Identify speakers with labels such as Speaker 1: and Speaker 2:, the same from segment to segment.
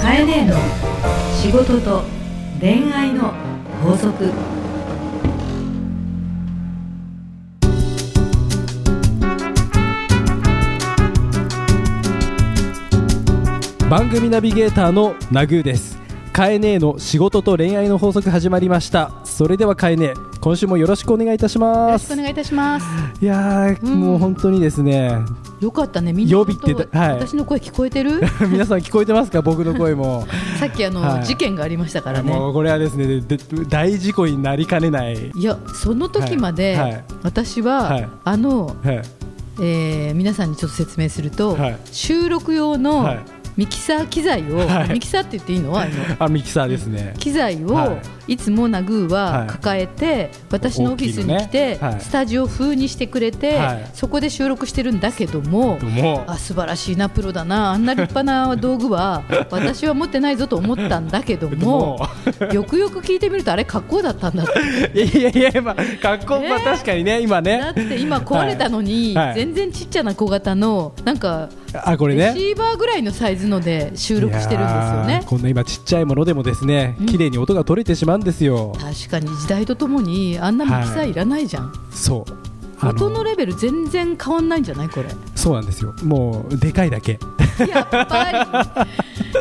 Speaker 1: カエネの仕事と恋愛の法則
Speaker 2: 番組ナビゲーターのナグーですカエネの仕事と恋愛の法則始まりましたそれではカエネ今週もよろしくお願いいたし
Speaker 3: よ
Speaker 2: ま
Speaker 3: ろし
Speaker 2: す
Speaker 3: くお願いいたします。
Speaker 2: いやー、
Speaker 3: うん
Speaker 2: もう本当にですね
Speaker 3: よかったね、みんなのこと。
Speaker 2: 予備ってたはい
Speaker 3: 私の声聞こえ てる。
Speaker 2: 皆さん聞こえてますか僕の声も、
Speaker 3: さっきあの、
Speaker 2: はい
Speaker 3: 事件がありましたからね。
Speaker 2: もうこれはですねで大事故になりかねない、
Speaker 3: いや、その時まで、
Speaker 2: はいはい
Speaker 3: 私は、
Speaker 2: はい
Speaker 3: あの、
Speaker 2: はい、
Speaker 3: えー皆さんにちょっと説明すると、
Speaker 2: はい
Speaker 3: 収録用の
Speaker 2: はい
Speaker 3: ミキサー機材を、
Speaker 2: はい
Speaker 3: ミキサーって言っていいの、あの。
Speaker 2: あミキサーですね
Speaker 3: 機材を、、
Speaker 2: はい
Speaker 3: つもナグー
Speaker 2: は
Speaker 3: はい抱えて、私のオフィスに来
Speaker 2: 大
Speaker 3: て、
Speaker 2: きいのねはい
Speaker 3: スタジオ風にしてくれて、
Speaker 2: はい
Speaker 3: そこで収録してるんだけども、
Speaker 2: も
Speaker 3: あ素晴らしいなプロだなあんな立派な道具は 私は持ってないぞと思ったんだけど
Speaker 2: う
Speaker 3: も
Speaker 2: も
Speaker 3: よくよく聞いてみるとあれ格好だったん だっ
Speaker 2: う
Speaker 3: て
Speaker 2: いやいやいや、まあ、格好、
Speaker 3: ね
Speaker 2: まあ確かにね今
Speaker 3: だ
Speaker 2: ね
Speaker 3: って今壊れたのに、
Speaker 2: はいはい
Speaker 3: 全然ちっちゃな小型のなんか
Speaker 2: あこれ
Speaker 3: レ
Speaker 2: ね
Speaker 3: シーバーぐらいのサイズので収録してるんですよ
Speaker 2: いや
Speaker 3: ね
Speaker 2: ー。こんな今ちっちゃいものでもですね綺麗に音が取れてしまうんですよ、
Speaker 3: 確かに時代とともにあんなミキサーいらないじゃん、
Speaker 2: そうあ
Speaker 3: 音のレベル全然変わんないんじゃないこれ
Speaker 2: そうなんですよもうでかいだけ
Speaker 3: やっぱ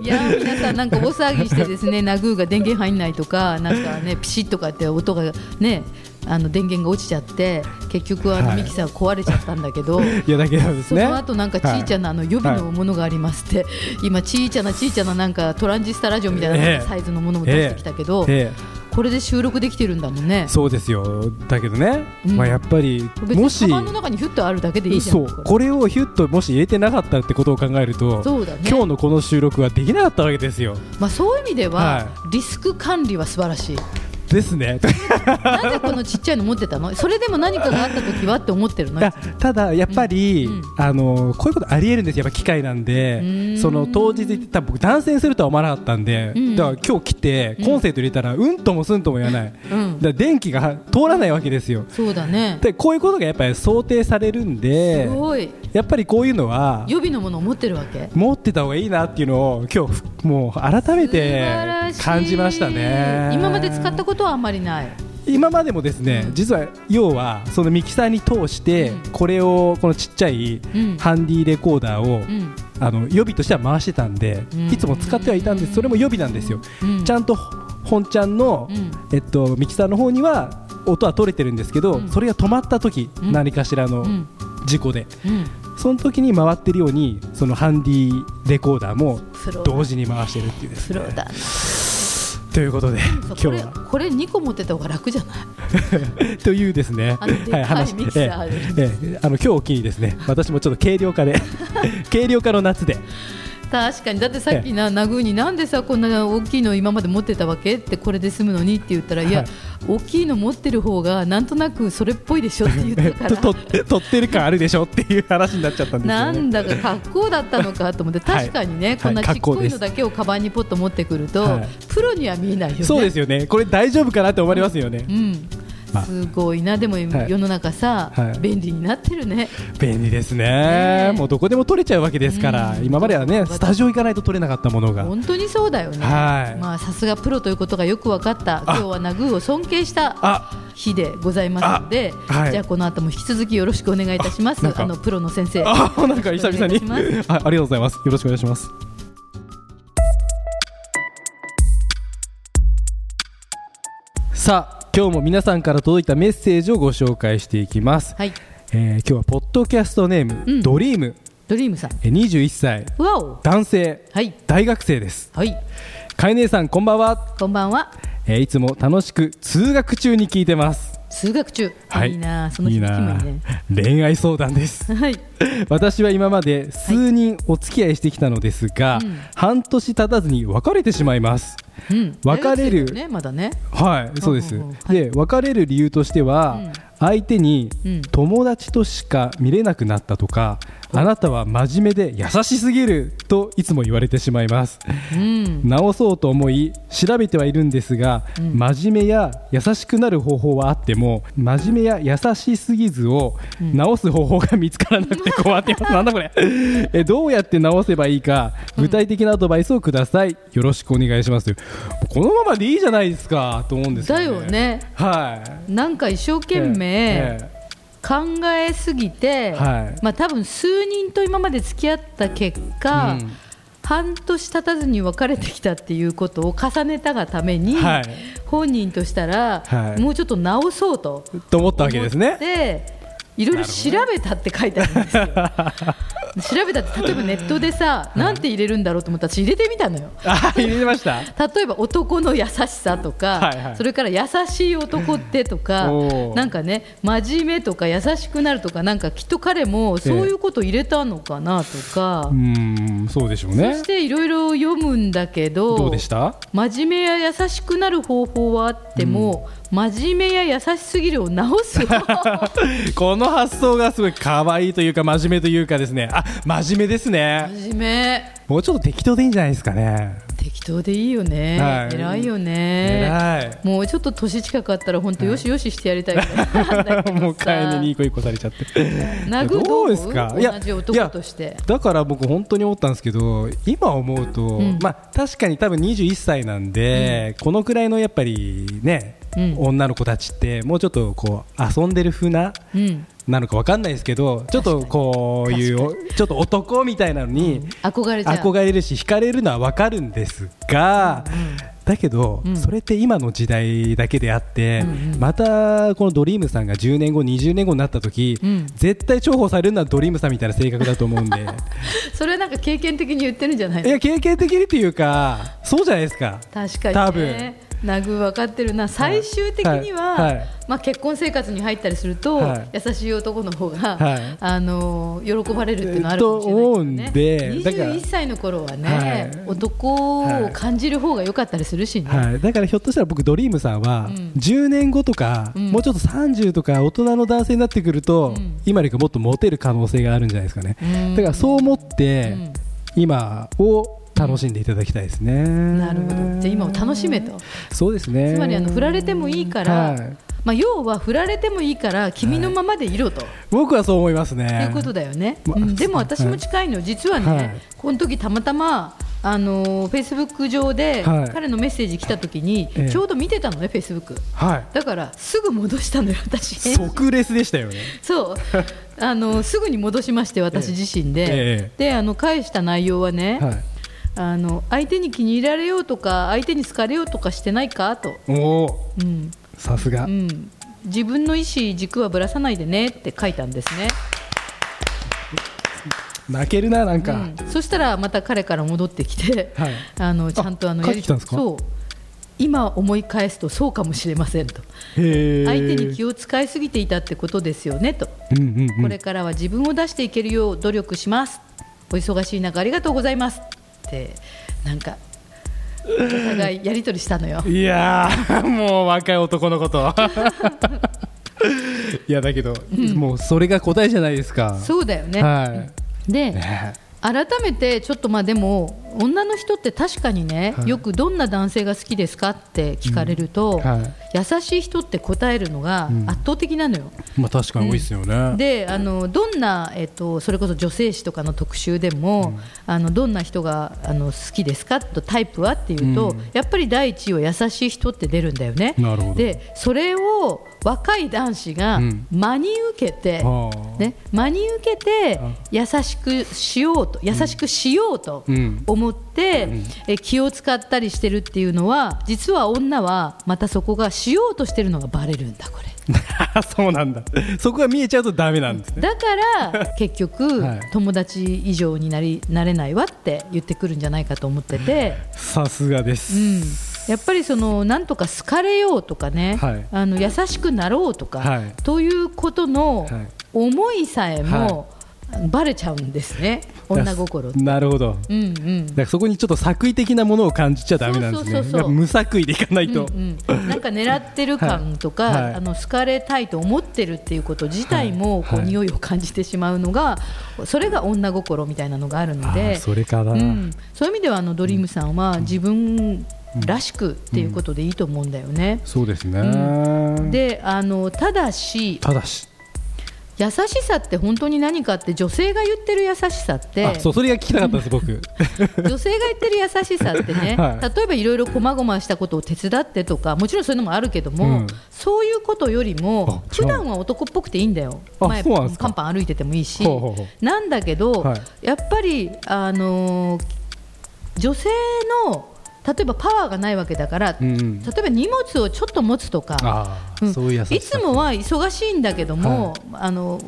Speaker 3: りいやー皆さんなんか大騒ぎしてですねナグーが電源入んないとかなんかねピシッとかって音がねあの電源が落ちちゃって結局あ
Speaker 2: は
Speaker 3: の
Speaker 2: い
Speaker 3: ミキサー壊れちゃったんだけど、
Speaker 2: いやだけどです
Speaker 3: そ
Speaker 2: ね
Speaker 3: の後なんかちいちゃなあの予備のものがありますって、今ちいちゃなちいちゃななんかトランジスタラジオみたいな
Speaker 2: ええ
Speaker 3: サイズのものも出してきたけど、
Speaker 2: え
Speaker 3: これで収録できてるんだもんね
Speaker 2: えそうですよだけどね、
Speaker 3: うん
Speaker 2: まあやっぱり
Speaker 3: 別
Speaker 2: も
Speaker 3: に
Speaker 2: し
Speaker 3: カバンの中にフッとあるだけでいいじゃん
Speaker 2: そうこれをヒュッともし入れてなかったってことを考えると、
Speaker 3: そうだね
Speaker 2: 今日のこの収録はできなかったわけですよ
Speaker 3: まあ、そういう意味では、
Speaker 2: は
Speaker 3: リスク管理は素晴らしい
Speaker 2: ですね
Speaker 3: なぜこのちっちゃいの持ってたのそれでも何かがあった時はって思ってるの
Speaker 2: だただやっぱり、
Speaker 3: うんうん
Speaker 2: あのこういうことありえるんですよやっぱ機械なんで
Speaker 3: うーん
Speaker 2: その当日行って多分僕男性にするとは思わなかったんで、
Speaker 3: うん
Speaker 2: だから今日来てコンセント入れたらうんともすんとも言わない、
Speaker 3: う
Speaker 2: だ
Speaker 3: ん
Speaker 2: から電気が通らないわけですよ
Speaker 3: そうだね
Speaker 2: でこういうことがやっぱり想定されるんです
Speaker 3: ごい
Speaker 2: やっぱりこういうのは
Speaker 3: 予備のものを持ってるわけ
Speaker 2: 持ってた方がいいなっていうのを今日ふもう改めて
Speaker 3: 素晴らしい
Speaker 2: 感じましたね
Speaker 3: 今まで使ったことはあんまりない
Speaker 2: 今までもですね、
Speaker 3: うん
Speaker 2: 実は要はそのミキサーに通して、
Speaker 3: うん
Speaker 2: これをこのちっちゃい
Speaker 3: うん
Speaker 2: ハンディレコーダーを、
Speaker 3: うん
Speaker 2: あの予備としては回してたんで、
Speaker 3: うん
Speaker 2: いつも使ってはいたんですそれも予備なんですよ、
Speaker 3: うん
Speaker 2: ちゃんと本ちゃんの、
Speaker 3: うん
Speaker 2: えっと、ミキサーの方には音は取れてるんですけど、
Speaker 3: うん
Speaker 2: それが止まった時、
Speaker 3: うん
Speaker 2: 何かしらの
Speaker 3: うん
Speaker 2: 事故で、
Speaker 3: うん
Speaker 2: その時に回ってるようにそのハンディレコーダーも
Speaker 3: プロ
Speaker 2: 同時に回してるっていうです
Speaker 3: プロ
Speaker 2: ね
Speaker 3: だな
Speaker 2: ということで今日
Speaker 3: これ
Speaker 2: は
Speaker 3: これ2個持ってた方が 楽じゃない
Speaker 2: というですね、
Speaker 3: あのでっかいミキサー
Speaker 2: ええええあの今日を機にですね、 私もちょっと軽量化で軽量化の夏で、
Speaker 3: 確かにだってさっきな、ナグーになんでさこんな大きいの今まで持ってたわけってこれで済むのにって言ったらいや、
Speaker 2: はい
Speaker 3: 大きいの持ってる方がなんとなくそれっぽいでしょって言ったか
Speaker 2: とと
Speaker 3: ら。
Speaker 2: 撮ってる感あるでしょっていう話になっちゃったんです
Speaker 3: な
Speaker 2: よね。
Speaker 3: んだか格好だったのかと思って
Speaker 2: はい
Speaker 3: 確かにね、
Speaker 2: はい
Speaker 3: こんなちっこ
Speaker 2: 格好で
Speaker 3: い
Speaker 2: す
Speaker 3: のだけをカバンにポッと持ってくると、
Speaker 2: はい
Speaker 3: プロには見えないよね。
Speaker 2: そうですよね。これ大丈夫かなって思いますよね
Speaker 3: う。ん
Speaker 2: まあ
Speaker 3: すごいな、でも
Speaker 2: い
Speaker 3: 世の中さ、
Speaker 2: はい
Speaker 3: 便利になってるね、
Speaker 2: 便利ですね
Speaker 3: ね。え
Speaker 2: もうどこでも撮れちゃうわけですから、
Speaker 3: うん
Speaker 2: 今まではねスタジオ行かないと撮れなかったものが。
Speaker 3: 本当にそうだよね、
Speaker 2: はい
Speaker 3: まあさすがプロということがよく分かった、今日はナグーを尊敬した
Speaker 2: あ、
Speaker 3: 日でございますので、
Speaker 2: あはい
Speaker 3: じゃあこの後も引き続きよろしくお願いいたしま
Speaker 2: あ
Speaker 3: す。
Speaker 2: なん
Speaker 3: あ
Speaker 2: か
Speaker 3: のプロの先生。
Speaker 2: あ、なんか久々に
Speaker 3: よろしくお願いいたしま。
Speaker 2: あ、ありがとうございます。よろしくお願いします。さあ、今日も皆さんから届いたメッセージをご紹介していきます。
Speaker 3: はい、
Speaker 2: えー今日はポッドキャストネーム、
Speaker 3: うん
Speaker 2: ドリーム、
Speaker 3: ドリームさん。
Speaker 2: えー21歳、
Speaker 3: わお。
Speaker 2: 男性、
Speaker 3: はい。
Speaker 2: 大学生です。
Speaker 3: はい。
Speaker 2: かえねえさん、こんばんは。
Speaker 3: こんばんは。
Speaker 2: えーいつも楽しく通学中に聞いてます。
Speaker 3: 数学中。
Speaker 2: はい、
Speaker 3: いいなあ。その日
Speaker 2: いい
Speaker 3: の気
Speaker 2: なあ
Speaker 3: 分ね。
Speaker 2: 恋愛相談です。
Speaker 3: はい。
Speaker 2: 私は今まで数人お付き合いしてきたのですが、
Speaker 3: うん
Speaker 2: 半年経たずに別れてしまいます
Speaker 3: うん。
Speaker 2: 別れる
Speaker 3: 大学生だよね、まだね。
Speaker 2: はいそうです、
Speaker 3: ほうほうほう
Speaker 2: で別れる理由としては、
Speaker 3: うん
Speaker 2: 相手に
Speaker 3: うん
Speaker 2: 友達としか見れなくなったとかあなたは真面目で優しすぎるといつも言われてしまいます
Speaker 3: うん
Speaker 2: 直そうと思い調べてはいるんですが、
Speaker 3: うん
Speaker 2: 真面目や優しくなる方法はあっても真面目や優しすぎずを
Speaker 3: うん
Speaker 2: 直す方法が見つからなくて困 っています、なんだこれえどうやって直せばいいか具体的なアドバイスをください、よろしくお願いしますこのままでいいじゃないですかと思うんですよ
Speaker 3: だ
Speaker 2: ね
Speaker 3: よね
Speaker 2: はい
Speaker 3: なんか一生懸命
Speaker 2: え
Speaker 3: 考えすぎて、
Speaker 2: はい
Speaker 3: まあ多分数人と今まで付き合った結果、
Speaker 2: うん
Speaker 3: 半年経たずに別れてきたっていうことを重ねたがために、
Speaker 2: はい
Speaker 3: 本人としたら、
Speaker 2: はい
Speaker 3: もうちょっと直そうと
Speaker 2: えと思ったわけですね
Speaker 3: でいろいろ調べたって書いてあるんですよ調べたって例えばネット でさ、なんて入れるんだろうと思ったら私入れてみたのよ
Speaker 2: あ入れました
Speaker 3: 例えば男の優しさとか、
Speaker 2: はいはい
Speaker 3: それから優しい男ってと か
Speaker 2: おー
Speaker 3: なんかね真面目とか優しくなるとかなんかきっと彼もそういうこと入れたのかなとか
Speaker 2: う、ーんそうでしょう
Speaker 3: そ
Speaker 2: ね
Speaker 3: していろいろ読むんだけど
Speaker 2: どうでした
Speaker 3: 真面目や優しくなる方法はあっても、真面目や優しすぎるを直す方法
Speaker 2: この発想がすごい可愛いというか真面目というかですねあ真面目ですね
Speaker 3: 真面目
Speaker 2: もうちょっと適当でいいんじゃないですかね
Speaker 3: 適当でいいよね、
Speaker 2: はい
Speaker 3: 偉いよね
Speaker 2: 偉い
Speaker 3: もうちょっと年近かったら本当よしよししてやりたいぐらいなんだけど さ
Speaker 2: もう飼い犬に一個一個されちゃって
Speaker 3: 殴る
Speaker 2: ど
Speaker 3: ど
Speaker 2: う
Speaker 3: う
Speaker 2: で
Speaker 3: ですす
Speaker 2: か
Speaker 3: か
Speaker 2: いや
Speaker 3: 同じ男として
Speaker 2: だから僕本当に思ったんですけど今思うと、
Speaker 3: ん
Speaker 2: まあ確かに多分21歳なんで、このくらいのやっぱりね、
Speaker 3: うん
Speaker 2: 女の子たちってもうちょっとこう遊んでる風な
Speaker 3: うん
Speaker 2: なのかわかんないですけどちょっとこういうちょっと男みたいなのに
Speaker 3: 憧れちゃう
Speaker 2: 憧れるし惹かれるのはわかるんですが、だけど、
Speaker 3: うん
Speaker 2: それって今の時代だけであって、
Speaker 3: うんうん
Speaker 2: またこのドリームさんが10年後20年後になった時、
Speaker 3: うん
Speaker 2: 絶対重宝されるのはドリームさんみたいな性格だと思 うんで
Speaker 3: それはなんか経験的に言ってるんじゃない
Speaker 2: い
Speaker 3: の
Speaker 2: や経験的にというかそうじゃないですか
Speaker 3: 確かにね
Speaker 2: 多分
Speaker 3: ナグー分かってるな最終的には、
Speaker 2: はいはい
Speaker 3: まあ、結婚生活に入ったりすると、
Speaker 2: はい
Speaker 3: 優しい男の方が、
Speaker 2: はい
Speaker 3: あのー喜ばれるっていうのはあるかもしれないけど
Speaker 2: と
Speaker 3: ね
Speaker 2: 思うんでだから
Speaker 3: 21歳の頃はね、
Speaker 2: はい
Speaker 3: 男を感じる方が良かったりするしね、
Speaker 2: はい、だからひょっとしたら僕ドリームさんは
Speaker 3: うん
Speaker 2: 10年後とか、
Speaker 3: うん
Speaker 2: もうちょっと30とか大人の男性になってくると、
Speaker 3: うん
Speaker 2: 今よりかもっとモテる可能性があるんじゃないですかね、
Speaker 3: うん
Speaker 2: だからそう思って、
Speaker 3: うん
Speaker 2: 今を楽しんでいただきたいですね、
Speaker 3: なるほどじゃあ今を楽しめと
Speaker 2: そうですね
Speaker 3: つまりあの振られてもいいから、
Speaker 2: はい
Speaker 3: まあ、要は振られてもいいから君のままでいろと、
Speaker 2: 僕はそう思います
Speaker 3: とい
Speaker 2: ね
Speaker 3: うことだよね、
Speaker 2: まあ
Speaker 3: うんでも私も近いの、実はね、
Speaker 2: はい
Speaker 3: この時たまたま、あのフェイスブック上で、
Speaker 2: はい
Speaker 3: 彼のメッセージ来た時に、
Speaker 2: ええ
Speaker 3: ちょうど見てたのね、フェイスブック、
Speaker 2: はい
Speaker 3: だからすぐ戻したのよ、私、
Speaker 2: 即レスでしたよね
Speaker 3: そうあのすぐに戻しまして、私自身で、
Speaker 2: ええ
Speaker 3: であの返した内容はね、
Speaker 2: はい
Speaker 3: あの、相手に気に入られようとか、相手に好かれようとかしてないかと。
Speaker 2: おお
Speaker 3: うん
Speaker 2: さすが、
Speaker 3: うん、自分の意思、軸はぶらさないでねって書いたんですね。
Speaker 2: 泣けるななんか、
Speaker 3: うん、そしたらまた彼から戻ってきて、
Speaker 2: はい
Speaker 3: あのちゃんとあの
Speaker 2: 帰ってきたんですか
Speaker 3: そう今思い返すとそうかもしれませんと
Speaker 2: へえ
Speaker 3: 相手に気を使いすぎていたってことですよねと
Speaker 2: うんうんうん
Speaker 3: これからは自分を出していけるよう努力しますお忙しい中ありがとうございますってなんかお互いやり取りしたのよ
Speaker 2: いやー もう若い男のこと いやだけど、もうそれが答えじゃないですか
Speaker 3: そうだよね、
Speaker 2: は
Speaker 3: で、
Speaker 2: い、ね
Speaker 3: 改めてちょっとまあでも女の人って確かにね、
Speaker 2: はい
Speaker 3: よくどんな男性が好きですかって聞かれる
Speaker 2: う
Speaker 3: と、
Speaker 2: んは
Speaker 3: 優しい人って答えるのが
Speaker 2: ん
Speaker 3: 圧倒的なのよ。
Speaker 2: まあ確かに多いですよね、
Speaker 3: であのどんな、えっと、それこそ女性誌とかの特集でも、あのどんな人があの好きですかとタイプはっていうと、
Speaker 2: うん
Speaker 3: やっぱり第一位は優しい人って出るんだよね。
Speaker 2: なるほど
Speaker 3: でそれを若い男子が
Speaker 2: うん
Speaker 3: 真に受けて、
Speaker 2: はあ
Speaker 3: ね、真に受けて
Speaker 2: あ
Speaker 3: 優しくしようと優しくしようと
Speaker 2: うん
Speaker 3: 思って、
Speaker 2: ん
Speaker 3: え気を使ったりしてるっていうのは実は女はまたそこがしようとしてるのがバレるんだこれ
Speaker 2: そうなんだそこが見えちゃうとダメなんですね
Speaker 3: だから 結局、
Speaker 2: はい
Speaker 3: 友達以上になりなれないわって言ってくるんじゃないかと思ってて。
Speaker 2: さすがで
Speaker 3: う
Speaker 2: す、
Speaker 3: んやっぱりそのなんとか好かれようとかね、
Speaker 2: はい
Speaker 3: あの優しくなろうとか、
Speaker 2: はい
Speaker 3: ということの
Speaker 2: はい
Speaker 3: 思いさえも、
Speaker 2: はい
Speaker 3: バレちゃうんですね女心って
Speaker 2: なるほど
Speaker 3: うんうん
Speaker 2: だからそこにちょっと作為的なものを感じちゃダメなんですね
Speaker 3: そうそうそうそう
Speaker 2: やっぱ無作為でいかないと、
Speaker 3: うんうん、なんか狙ってる感とか、
Speaker 2: はいはい
Speaker 3: あの好かれたいと思ってるっていうこと自体もこう、
Speaker 2: はい
Speaker 3: 匂いを感じてしまうのがそれが女心みたいなのがあるの
Speaker 2: あ
Speaker 3: で
Speaker 2: あそれかな、
Speaker 3: うん、そういう意味ではあのドリームさんは自分らしくっていうことでいいと思うんだよね。
Speaker 2: そうですね、
Speaker 3: であのただした
Speaker 2: だし、
Speaker 3: 優しさって本当に何かって女性が言ってる優しさって
Speaker 2: あそうそれが聞きたかったです 僕
Speaker 3: 女性が言ってる優しさってね、
Speaker 2: は
Speaker 3: 例えばいろいろこまごましたことを手伝ってとかもちろんそういうのもあるけども、
Speaker 2: うん
Speaker 3: そういうことよりも
Speaker 2: あ違う
Speaker 3: 普段は男っぽくていいんだよ
Speaker 2: あ
Speaker 3: 前
Speaker 2: そうなんですか
Speaker 3: パンパン歩いててもいいし
Speaker 2: ほうほうほ
Speaker 3: なんだけど、
Speaker 2: はい
Speaker 3: やっぱり、あのー女性の例えばパワーがないわけだから、
Speaker 2: うんう
Speaker 3: 例
Speaker 2: ん
Speaker 3: えば荷物をちょっと持つとか。
Speaker 2: ああ、
Speaker 3: うん
Speaker 2: そういう優しさ
Speaker 3: いつもは忙しいんだけども、あの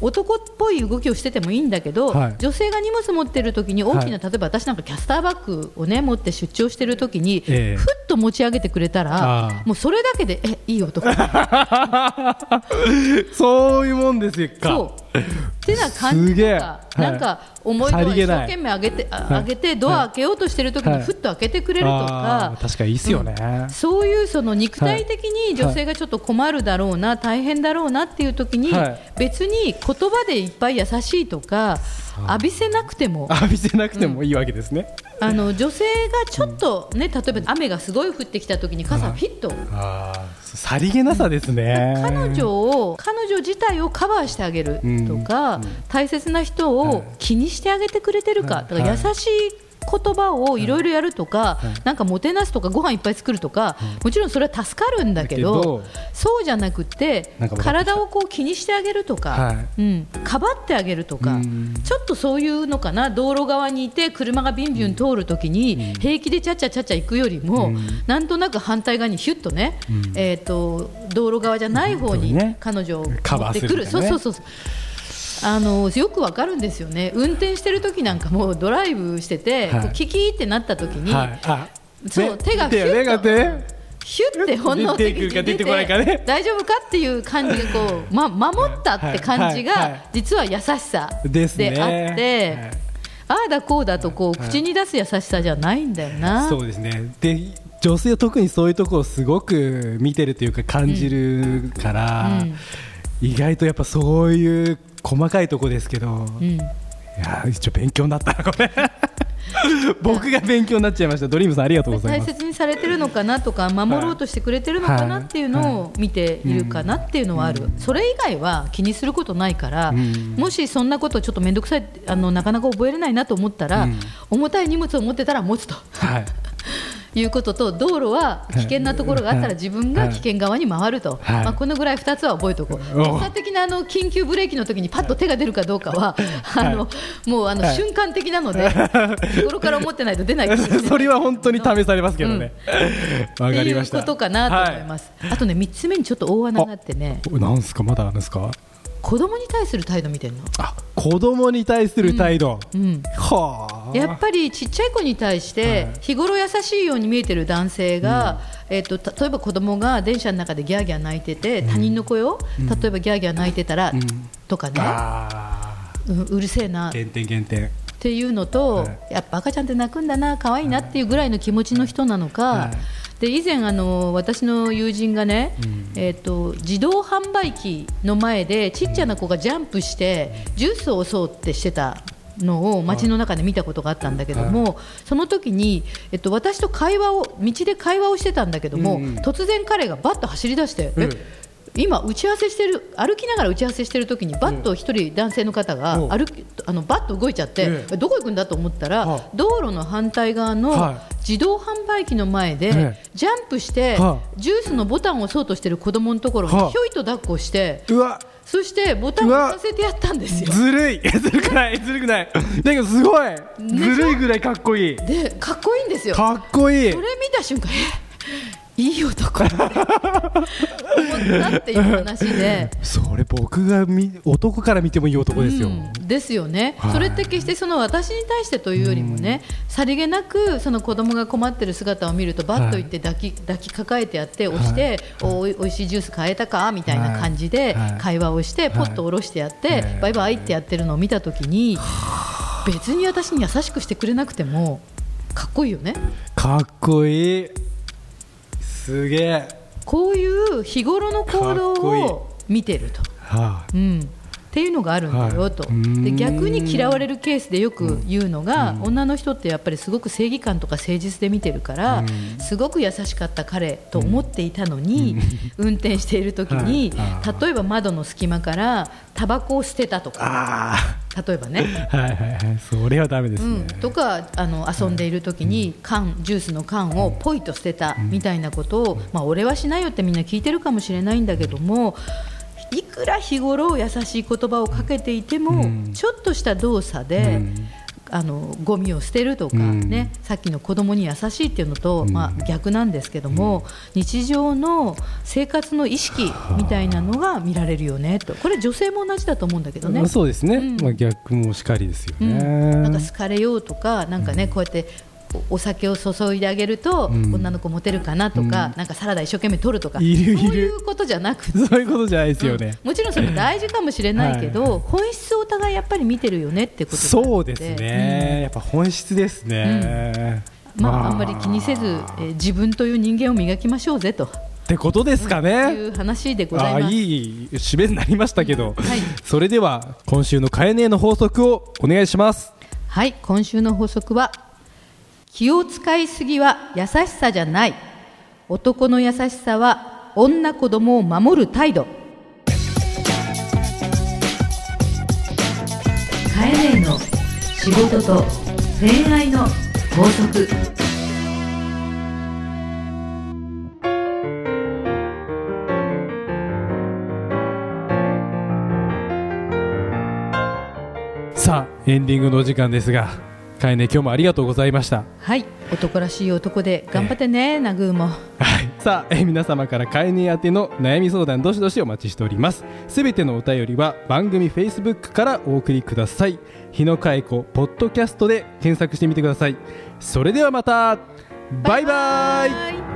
Speaker 3: 男っぽい動きをしててもいいんだけど、
Speaker 2: はい
Speaker 3: 女性が荷物持ってる時に大きな、
Speaker 2: はい
Speaker 3: 例えば私なんかキャスターバッグを、ね、持って出張してる時に、
Speaker 2: ええ
Speaker 3: ふっと持ち上げてくれた
Speaker 2: あ
Speaker 3: ら
Speaker 2: ー
Speaker 3: もうそれだけでえいい 男だ
Speaker 2: そういうもんですよか
Speaker 3: そうってな感じ
Speaker 2: すげえ
Speaker 3: と
Speaker 2: は
Speaker 3: か、
Speaker 2: い
Speaker 3: なんか思いを
Speaker 2: さり
Speaker 3: 一
Speaker 2: げ
Speaker 3: 生
Speaker 2: ない
Speaker 3: 懸命上げて,あ、
Speaker 2: はい
Speaker 3: 上げてドア開けようとしてる時
Speaker 2: は
Speaker 3: に
Speaker 2: い
Speaker 3: ふっと開けてくれると
Speaker 2: ああ
Speaker 3: か。
Speaker 2: 確かにいいっすよね、
Speaker 3: そういうその肉体的に女性がちょっと困るだろうな、大変だろうなっていう時に、
Speaker 2: はい
Speaker 3: 別に言葉でいっぱい優しいとか浴びせなくても
Speaker 2: 浴びせなくてもいいわけですね、
Speaker 3: あの女性がちょっと、ね、例えば雨がすごい降ってきた時に傘フィット、
Speaker 2: ああさりげなさですね、
Speaker 3: 彼女を彼女自体をカバーしてあげるとか、大切な人を気にしてあげてくれてるか,、
Speaker 2: はい
Speaker 3: とか優しい言葉をいろいろやるとか、
Speaker 2: い
Speaker 3: なんかもてなすとかご飯いっぱい作るとか、もちろんそれは助かるんだけど
Speaker 2: だけど
Speaker 3: そうじゃなくて
Speaker 2: なんか分かってきた
Speaker 3: 体をこう気にしてあげるとか、
Speaker 2: は
Speaker 3: うん、かばってあげるとか、
Speaker 2: うん
Speaker 3: ちょっとそういうのかな道路側にいて車がビュンビュン通るときに平気でちゃちゃちゃちゃ行くよりも、なんとなく反対側にヒュッとね、えー、と道路側じゃない方に
Speaker 2: うん
Speaker 3: 彼女を持
Speaker 2: カバ
Speaker 3: っ
Speaker 2: ー
Speaker 3: て
Speaker 2: す
Speaker 3: く
Speaker 2: る
Speaker 3: る、
Speaker 2: みたいな
Speaker 3: そ
Speaker 2: ね
Speaker 3: うそうそうそうあのよくわかるんですよね運転してる時なんかもうドライブしてて、
Speaker 2: はい
Speaker 3: こうキキーってなった時に、
Speaker 2: はい、あ
Speaker 3: そう手が
Speaker 2: 手
Speaker 3: ヒュッと
Speaker 2: 手が手
Speaker 3: ヒュッて本能的
Speaker 2: 出て
Speaker 3: に
Speaker 2: くるか出てこないかね
Speaker 3: 大丈夫かっていう感じがこ う、ま、守ったって感じ
Speaker 2: はいはいはい
Speaker 3: が実は優しさであ
Speaker 2: ですね
Speaker 3: って、
Speaker 2: はい
Speaker 3: ああだこうだとこう口に出す優しさじゃないんだよな。
Speaker 2: そうですねで女性は特にそういうところをすごく見てるというか感じるから、
Speaker 3: うん
Speaker 2: 意外とやっぱそういう細かいとこですけど、
Speaker 3: う
Speaker 2: い
Speaker 3: ん
Speaker 2: やー一応勉強になったなこ れ僕が勉強になっちゃいましたドリームさんありがとうござい
Speaker 3: 大
Speaker 2: ます
Speaker 3: 切にされてるのかなとか守ろうとしてくれてるのかなっていうのを見ているかなっていうのはある、それ以外は気にすることないから、
Speaker 2: ん
Speaker 3: もしそんなことちょっと面倒くさいあのなかなか覚えれないなと思ったら、
Speaker 2: うん
Speaker 3: 重たい荷物を持ってたら持つと。
Speaker 2: はい
Speaker 3: いうことと道路は危険なところがあったら自分が危険側に回ると、
Speaker 2: はい
Speaker 3: まあ、このぐらい2つは覚えておこう、
Speaker 2: おう
Speaker 3: 結果的なあの緊急ブレーキの時にパッと手が出るかどうかは、あのもうあの
Speaker 2: はい
Speaker 3: 瞬間的なので、 日頃から思ってないと出ないかもしれない
Speaker 2: それは本当に試されますけどね、わ
Speaker 3: って
Speaker 2: かり
Speaker 3: い
Speaker 2: ま
Speaker 3: う
Speaker 2: した
Speaker 3: ことかなと思い
Speaker 2: は
Speaker 3: ます、あとね3つ目にちょっと大穴があってね
Speaker 2: いなんすかまだなんですか
Speaker 3: 子供に対する態度見てるの、
Speaker 2: あ子供に対する態度、
Speaker 3: うん、
Speaker 2: はあ
Speaker 3: やっぱりちっちゃい子に対して日頃優しいように見えてる男性が、えっとた例えば子供が電車の中でギャーギャー泣いてて他人の声を、例えばギャーギャー泣いてたら、とかね、
Speaker 2: あ
Speaker 3: うんうるせえな
Speaker 2: ー
Speaker 3: っ
Speaker 2: 減点減点
Speaker 3: ていうのと、
Speaker 2: は
Speaker 3: やっぱ赤ちゃんって泣くんだな可愛いなっていうぐらいの気持ちの人なのか、
Speaker 2: は
Speaker 3: で以前あの私の友人がね、えっと自動販売機の前でちっちゃな子がジャンプしてジュースを押そうってしてたのを街の中で見たことがあったんだけども、その時に、えっと、私と会話を道で会話をしてたんだけど
Speaker 2: う
Speaker 3: も、
Speaker 2: んうん
Speaker 3: 突然彼がバッと走り出して、
Speaker 2: うん
Speaker 3: え今打ち合わせしてる歩きながら打ち合わせしてる時にバッと一人男性の方が
Speaker 2: うん
Speaker 3: 歩きあのバッと動いちゃって、
Speaker 2: ええ
Speaker 3: どこ行くんだと思ったら、
Speaker 2: はあ
Speaker 3: 道路の反対側
Speaker 2: は
Speaker 3: の
Speaker 2: い
Speaker 3: 自動販売機の前で、
Speaker 2: ええ
Speaker 3: ジャンプして、
Speaker 2: は
Speaker 3: ジュースのボタンを押そうとしてる子供のところに
Speaker 2: はあ
Speaker 3: ひょいと抱っこして、
Speaker 2: うわ
Speaker 3: そしてボタンを押させてやったんですよ。
Speaker 2: ずるい ずるくないずるくないだけどすごいずるいぐらいかっこいい
Speaker 3: でかっこいいんですよ。
Speaker 2: かっこいい
Speaker 3: それ見た瞬間えいい男って思ったっていう話 で。
Speaker 2: それ僕が見男から見てもいい男ですよ、
Speaker 3: うんですよね、
Speaker 2: はい
Speaker 3: それって決してその私に対してというよりもね、さりげなくその子供が困ってる姿を見るとバッと行って抱き,、抱きかかえてやって押して、おいおいしいジュース買えたかみたいな感じで
Speaker 2: はい
Speaker 3: 会話をし
Speaker 2: は
Speaker 3: て、
Speaker 2: い
Speaker 3: ポッと下ろしてやって、
Speaker 2: はい
Speaker 3: バイバイってやってるのを見た時に別に私に優しくしてくれなくてもかっこいいよね
Speaker 2: かっこいいすげえ、
Speaker 3: こういう日頃の行動
Speaker 2: かっこいい
Speaker 3: を見てると。
Speaker 2: はあ、
Speaker 3: うん、っていうのがあるんだよと、
Speaker 2: はいうーん
Speaker 3: で逆に嫌われるケースでよく言うのが、女の人ってやっぱりすごく正義感とか誠実で見てるから、
Speaker 2: うん
Speaker 3: すごく優しかった彼と思っていたのに、運転している時に、
Speaker 2: はいあー
Speaker 3: 例えば窓の隙間からタバコを捨てたとか
Speaker 2: あ
Speaker 3: 例えばね。
Speaker 2: あはいはいはいそれはダメです
Speaker 3: う
Speaker 2: ね、
Speaker 3: ん、とかあの遊んでいる時に缶ジュースの缶をポイと捨てたみたいなことを、まあ、俺はしないよってみんな聞いてるかもしれないんだけどもいくら日頃優しい言葉をかけていても、
Speaker 2: うん
Speaker 3: ちょっとした動作で。
Speaker 2: うん
Speaker 3: あのゴミを捨てると
Speaker 2: う
Speaker 3: か、
Speaker 2: ん
Speaker 3: ねさっきの子供に優しいっていうのと、
Speaker 2: ん
Speaker 3: まあ、逆なんですけども、日常の生活の意識みたいなのが見られるよねとこれ女性も同じだと思うんだけどね。
Speaker 2: そうですね、
Speaker 3: うん
Speaker 2: まあ、逆もしかりですよ
Speaker 3: う
Speaker 2: ね、
Speaker 3: ん、なんか好かれようとか、なんかね、こうやって。おお酒を注いであげると、
Speaker 2: ん
Speaker 3: 女の子モテるかなとか、
Speaker 2: うん
Speaker 3: なんかサラダ一生懸命取るとか
Speaker 2: いるいる
Speaker 3: そういうことじゃなくて、
Speaker 2: そういうことじゃないですよね、
Speaker 3: もちろんそれも大事かもしれないけど、
Speaker 2: は
Speaker 3: 本質をお互いやっぱり見てるよねってことな
Speaker 2: そ
Speaker 3: の
Speaker 2: うですね、やっぱ本質ですね、
Speaker 3: うんまあ、あんまり気にせず、えー自分という人間を磨きましょうぜと
Speaker 2: ってことですか
Speaker 3: い
Speaker 2: ね、
Speaker 3: う話でござ
Speaker 2: あ
Speaker 3: い
Speaker 2: あ
Speaker 3: ます。
Speaker 2: いい締めになりましたけど、
Speaker 3: はい
Speaker 2: それでは今週の「かえねえの法則」をお願いします
Speaker 3: はい、今週の法則は気を使いすぎは優しさじゃない男の優しさは女子供を守る態度
Speaker 1: カエネの仕事と恋愛の法則
Speaker 2: さあエンディングのお時間ですがかえねえ今日もありがとうございました
Speaker 3: はい男らしい男で頑張ってねナグーも
Speaker 2: はい、さあ、えー皆様から会員宛ての悩み相談どしどしお待ちしておりますすべてのお便りは番組 Facebook からお送りください日野佳恵子ポッドキャストで検索してみてくださいそれではまたバイバイ
Speaker 3: バイ